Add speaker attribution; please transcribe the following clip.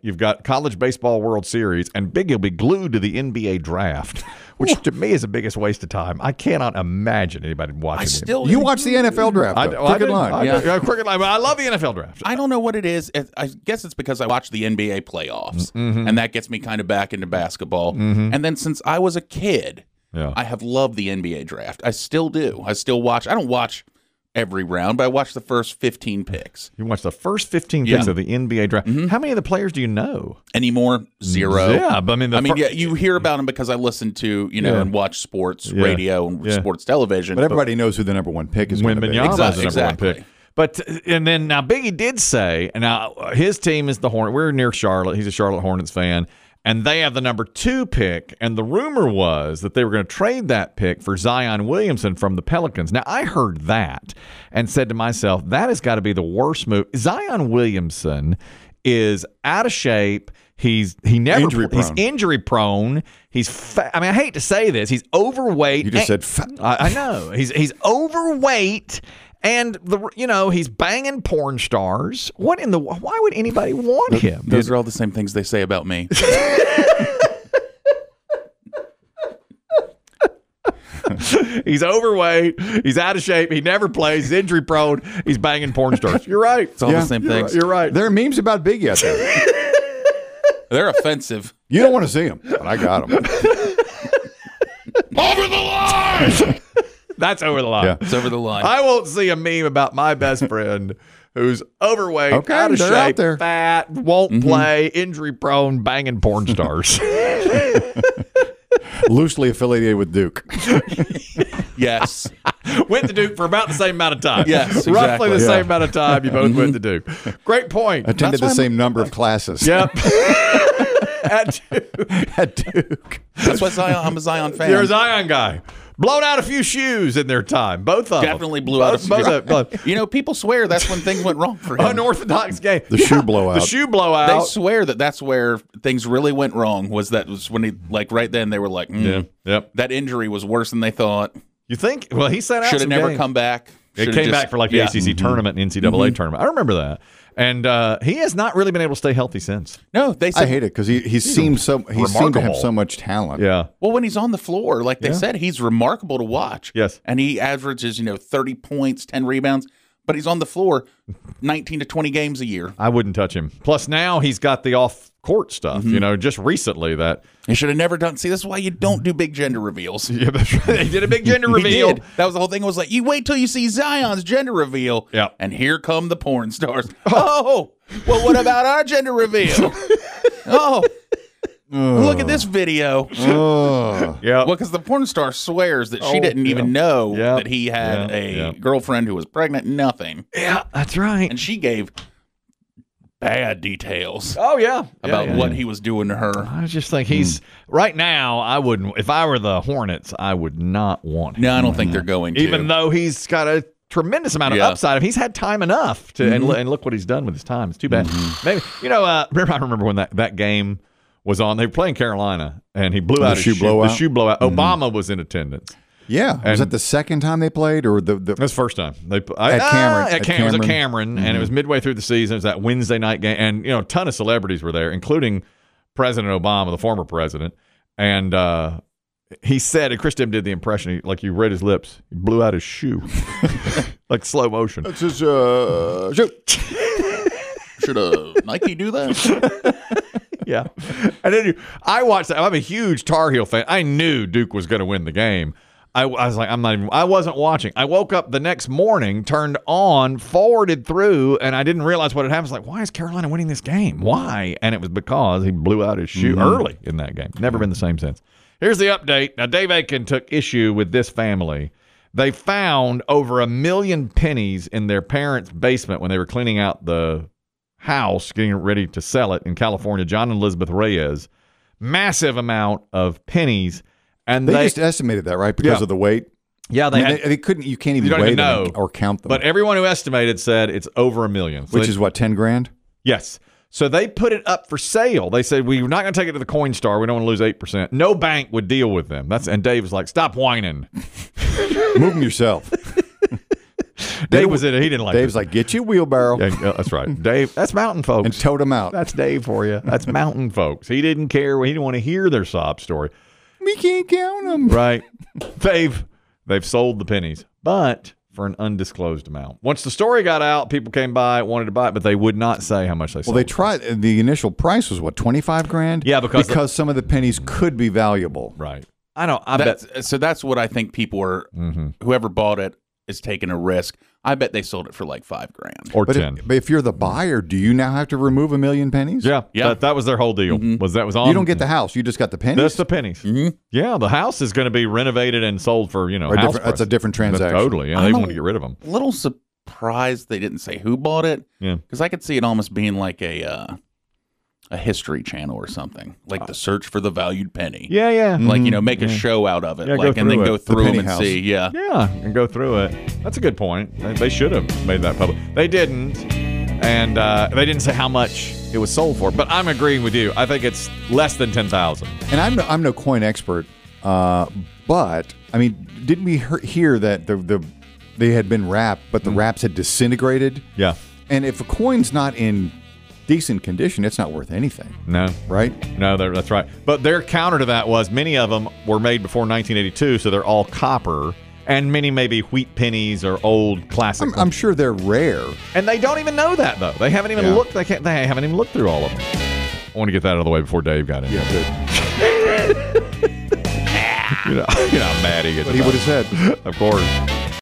Speaker 1: You've got college baseball World Series, and Big will be glued to the NBA draft, which to me is the biggest waste of time. I cannot imagine anybody watching.
Speaker 2: I
Speaker 1: it.
Speaker 2: still
Speaker 3: You watch the NFL draft.
Speaker 1: I,
Speaker 3: though.
Speaker 1: well, I
Speaker 3: Crooked
Speaker 1: do.
Speaker 3: line.
Speaker 1: I, uh,
Speaker 2: Yeah.
Speaker 1: yeah. Crooked line. But I love the NFL draft.
Speaker 2: I don't know what it is. It- I guess it's because I watch the NBA playoffs,
Speaker 1: Mm-hmm.
Speaker 2: and that gets me kind of back into basketball. And then since I was a kid,
Speaker 1: Yeah.
Speaker 2: I have loved the NBA draft. I still do. I still watch. I don't watch every round, but I watch the first 15 picks.
Speaker 1: You watch the first 15 picks
Speaker 2: Yeah. Mm-hmm.
Speaker 1: of the NBA draft. How many of the players do you know?
Speaker 2: Anymore, zero.
Speaker 1: Yeah, but I mean, the
Speaker 2: I mean,
Speaker 1: fir-
Speaker 2: yeah, you hear about them because I listen to, you know,
Speaker 1: Yeah.
Speaker 2: and watch sports
Speaker 1: Yeah.
Speaker 2: radio and
Speaker 1: Yeah.
Speaker 2: sports television.
Speaker 3: But everybody knows who the number one pick is.
Speaker 1: When
Speaker 3: going to be.
Speaker 1: Mignogna was the number
Speaker 2: Exactly.
Speaker 1: one pick. But uh, and then now Biggie did say now uh, his team is the Hornet. We're near Charlotte. He's a Charlotte Hornets fan, and they have the number two pick. And the rumor was that they were going to trade that pick for Zion Williamson from the Pelicans. Now I heard that and said to myself, that has got to be the worst move. Zion Williamson is out of shape. He's he never
Speaker 3: Injury
Speaker 1: he's
Speaker 3: prone.
Speaker 1: injury prone. He's fa- I mean I hate to say this. He's overweight.
Speaker 3: You just
Speaker 1: and-
Speaker 3: said fat.
Speaker 1: I, I know he's he's overweight, and the you know he's banging porn stars. What in the why would anybody want him?
Speaker 2: Those are all the same things they say about me.
Speaker 1: He's overweight. He's out of shape. He never plays. He's injury prone. He's banging porn stars. You're right.
Speaker 2: It's all
Speaker 3: Yeah,
Speaker 2: the same
Speaker 1: You're
Speaker 2: things.
Speaker 1: right. You're right.
Speaker 3: There are memes about Biggie out there.
Speaker 2: They're offensive.
Speaker 3: You don't want to see them, but I got them.
Speaker 2: Over the line!
Speaker 1: That's over the line.
Speaker 3: Yeah.
Speaker 2: it's over the line.
Speaker 1: I won't see a meme about my best friend who's overweight,
Speaker 3: Okay,
Speaker 1: out of shape,
Speaker 3: they're out there. Mm-hmm.
Speaker 1: fat, won't play, injury prone, banging porn stars.
Speaker 3: Loosely affiliated with Duke.
Speaker 2: yes.
Speaker 1: went to Duke for about the same amount of time.
Speaker 2: Yes,
Speaker 1: roughly the
Speaker 2: exactly.
Speaker 1: same amount of time you both went to Duke. Great point.
Speaker 3: Attended the
Speaker 1: That's
Speaker 3: same number of classes
Speaker 1: why I'm- Yep. At Duke.
Speaker 3: at Duke.
Speaker 2: That's why Zion, I'm a Zion fan.
Speaker 1: You're a Zion guy. Blown out a few shoes in their time. Both of them.
Speaker 2: Definitely blew
Speaker 1: both,
Speaker 2: out a few.
Speaker 1: Both of them.
Speaker 2: You know, people swear that's when things went wrong for him.
Speaker 1: Unorthodox game.
Speaker 3: The shoe blowout.
Speaker 1: The shoe
Speaker 2: they
Speaker 1: blowout.
Speaker 2: swear that that's where things really went wrong. Was that was when he like right then they were like, mm,
Speaker 1: Yep.
Speaker 2: that injury was worse than they thought.
Speaker 1: You think? Well, he sent out
Speaker 2: Should
Speaker 1: some
Speaker 2: have never
Speaker 1: games.
Speaker 2: come back.
Speaker 1: It
Speaker 2: Should've
Speaker 1: came
Speaker 2: just-
Speaker 1: back for like the
Speaker 2: yeah. Mm-hmm.
Speaker 1: ACC tournament and NCAA tournament. I remember that. And uh, he has not really been able to stay healthy since.
Speaker 2: No, they
Speaker 3: I
Speaker 2: said.
Speaker 3: hate it because he, he seemed so he seemed to
Speaker 1: remarkable.
Speaker 3: have so much talent.
Speaker 1: Yeah.
Speaker 2: Well, when he's on the floor, like they said, he's remarkable to watch.
Speaker 1: Yes.
Speaker 2: and he averages you know thirty points, ten rebounds, but he's on the floor nineteen to twenty games a year.
Speaker 1: I wouldn't touch him. Plus, now he's got the off court stuff.
Speaker 2: Mm-hmm.
Speaker 1: You know, just recently that
Speaker 2: He should have never done. See, this is why you don't do big gender reveals.
Speaker 1: Yeah, that's right. they did a big gender
Speaker 2: He
Speaker 1: reveal.
Speaker 2: did. That was the whole thing. It was like, you wait till you see Zion's gender reveal.
Speaker 1: Yeah.
Speaker 2: And here come the porn stars. Oh, well, what about our gender reveal? oh, look at this video.
Speaker 3: Ugh.
Speaker 1: Yeah.
Speaker 2: Well, because the porn star swears that she didn't even know
Speaker 1: Oh, Yeah.
Speaker 2: that he had
Speaker 1: Yeah.
Speaker 2: a
Speaker 1: Yeah.
Speaker 2: girlfriend who was pregnant, nothing.
Speaker 1: yeah, that's right.
Speaker 2: And she gave bad details
Speaker 1: Oh yeah.
Speaker 2: about what he was doing to her.
Speaker 1: I just think he's right now I wouldn't if I were the Hornets, I would not want him.
Speaker 2: No, I don't think they're going to.
Speaker 1: Even though he's got a tremendous amount of
Speaker 2: Yeah.
Speaker 1: upside if he's had time enough to and, and look what he's done with his time. It's too bad. Maybe you know, uh, remember I remember when that, that game was on. They were playing Carolina and he blew out his
Speaker 3: shoe blowout?
Speaker 1: The shoe blowout. Obama was in attendance.
Speaker 3: Yeah.
Speaker 1: And-
Speaker 3: was that the second time they played or the, the
Speaker 1: That's the first time they I,
Speaker 3: At
Speaker 1: ah,
Speaker 3: Cameron.
Speaker 1: at
Speaker 3: At
Speaker 1: Cam- it was at
Speaker 3: Cameron. Mm-hmm.
Speaker 1: Cameron, and it was midway through the season. It was that Wednesday night game, and you know, a ton of celebrities were there, including President Obama, the former president, and uh, he said, and Chris Dim did the impression, he, like you read his lips, he blew out his shoe, like slow motion.
Speaker 3: That's his, uh, shoot.
Speaker 2: Should have Nike do that?
Speaker 1: yeah. And then you- I watched that. I'm a huge Tar Heel fan. I knew Duke was going to win the game. I, I was like, I'm not even, I wasn't watching. I woke up the next morning, turned on, forwarded through, and I didn't realize what had happened. I was like, why is Carolina winning this game? Why? And it was because he blew out his shoe early in that game. Never been the same since. Here's the update. Now, Dave Aiken took issue with this family. They found over a million pennies in their parents' basement when they were cleaning out the house getting ready to sell it in California, John and Elizabeth Reyes, massive amount of pennies. And
Speaker 3: They,
Speaker 1: they,
Speaker 3: just estimated that, right? Because
Speaker 1: Yeah.
Speaker 3: of the weight.
Speaker 1: yeah,
Speaker 3: I
Speaker 1: they,
Speaker 3: mean,
Speaker 1: had,
Speaker 3: they, uh, they couldn't, you can't even
Speaker 1: don't
Speaker 3: weigh
Speaker 1: even
Speaker 3: them
Speaker 1: know.
Speaker 3: or count them.
Speaker 1: but everyone who estimated said it's over a million, So
Speaker 3: which
Speaker 1: they-
Speaker 3: is what, 10 grand?
Speaker 1: yes. So they put it up for sale. They said we're not going to take it to the Coinstar. We don't want to lose eight percent. No bank would deal with them. That's and Dave was like, "Stop whining."
Speaker 3: Move them yourself.
Speaker 1: Dave was in it. He didn't like
Speaker 3: Dave's
Speaker 1: it.
Speaker 3: like, get your wheelbarrow
Speaker 1: Yeah, yeah, that's right. Dave, that's mountain folks.
Speaker 3: and tote him out.
Speaker 1: that's Dave for you. That's mountain folks. He didn't care. He didn't want to hear their sob story.
Speaker 3: We can't count him.
Speaker 1: Right. they've they've sold the pennies, but for an undisclosed amount. Once the story got out, people came by, wanted to buy it, but they would not say how much they
Speaker 3: Well,
Speaker 1: sold.
Speaker 3: they tried. The initial price was what twenty five grand.
Speaker 1: Yeah, because-
Speaker 3: some of the pennies could be valuable.
Speaker 1: right. I don't. I bet.
Speaker 2: That's, so that's what I think people are.
Speaker 1: Mm-hmm.
Speaker 2: Whoever bought it is taking a risk. I bet they sold it for like five grand.
Speaker 1: Or
Speaker 3: But
Speaker 1: ten.
Speaker 3: if, but if you're the buyer, do you now have to remove a million pennies?
Speaker 1: yeah. Mm-hmm.
Speaker 2: Yeah.
Speaker 1: That, that was their whole deal. Was that was on.
Speaker 3: you don't get the house; you just got the pennies.
Speaker 1: That's the pennies. Yeah, the house is going to be renovated and sold for you know.
Speaker 3: Or a
Speaker 1: house
Speaker 3: different- that's
Speaker 1: price.
Speaker 3: a different transaction.
Speaker 1: totally. Yeah, they
Speaker 2: I'm a-
Speaker 1: want to get rid of them.
Speaker 2: A little surprised they didn't say who bought it.
Speaker 1: Yeah.
Speaker 2: because I could see it almost being like a uh, a history channel or something, like the search for the valued penny.
Speaker 1: Uh, Yeah, Mm-hmm. yeah,
Speaker 2: Like you know, make a show out of it,
Speaker 1: Yeah, go
Speaker 2: like, and then
Speaker 1: through it.
Speaker 2: go
Speaker 1: The
Speaker 2: through them
Speaker 3: penny
Speaker 2: and
Speaker 3: house.
Speaker 2: see. Yeah,
Speaker 1: yeah, and go through it. That's a good point. They, they should have made that public. They didn't, and uh, they didn't say how much it was sold for. But I'm agreeing with you. I think it's less than ten thousand.
Speaker 3: And I'm no, I'm no coin expert, uh, but I mean, didn't we hear, hear that the the they had been wrapped, but the wraps had disintegrated?
Speaker 1: Mm-hmm. Yeah.
Speaker 3: And if a coin's not in decent condition, it's not worth anything,
Speaker 1: No.
Speaker 3: right?
Speaker 1: No, they're- that's right. But their counter to that was many of them were made before 1982, so they're all copper, and many maybe wheat pennies or old classic.
Speaker 3: I'm, I'm sure they're rare.
Speaker 1: And they don't even know that though. They haven't even
Speaker 3: Yeah.
Speaker 1: looked. They can't. They haven't even looked through all of them. I want to get that out of the way before Dave got in. You know, you know how mad he gets.
Speaker 3: But he
Speaker 1: about
Speaker 3: would have said.
Speaker 1: it. of course.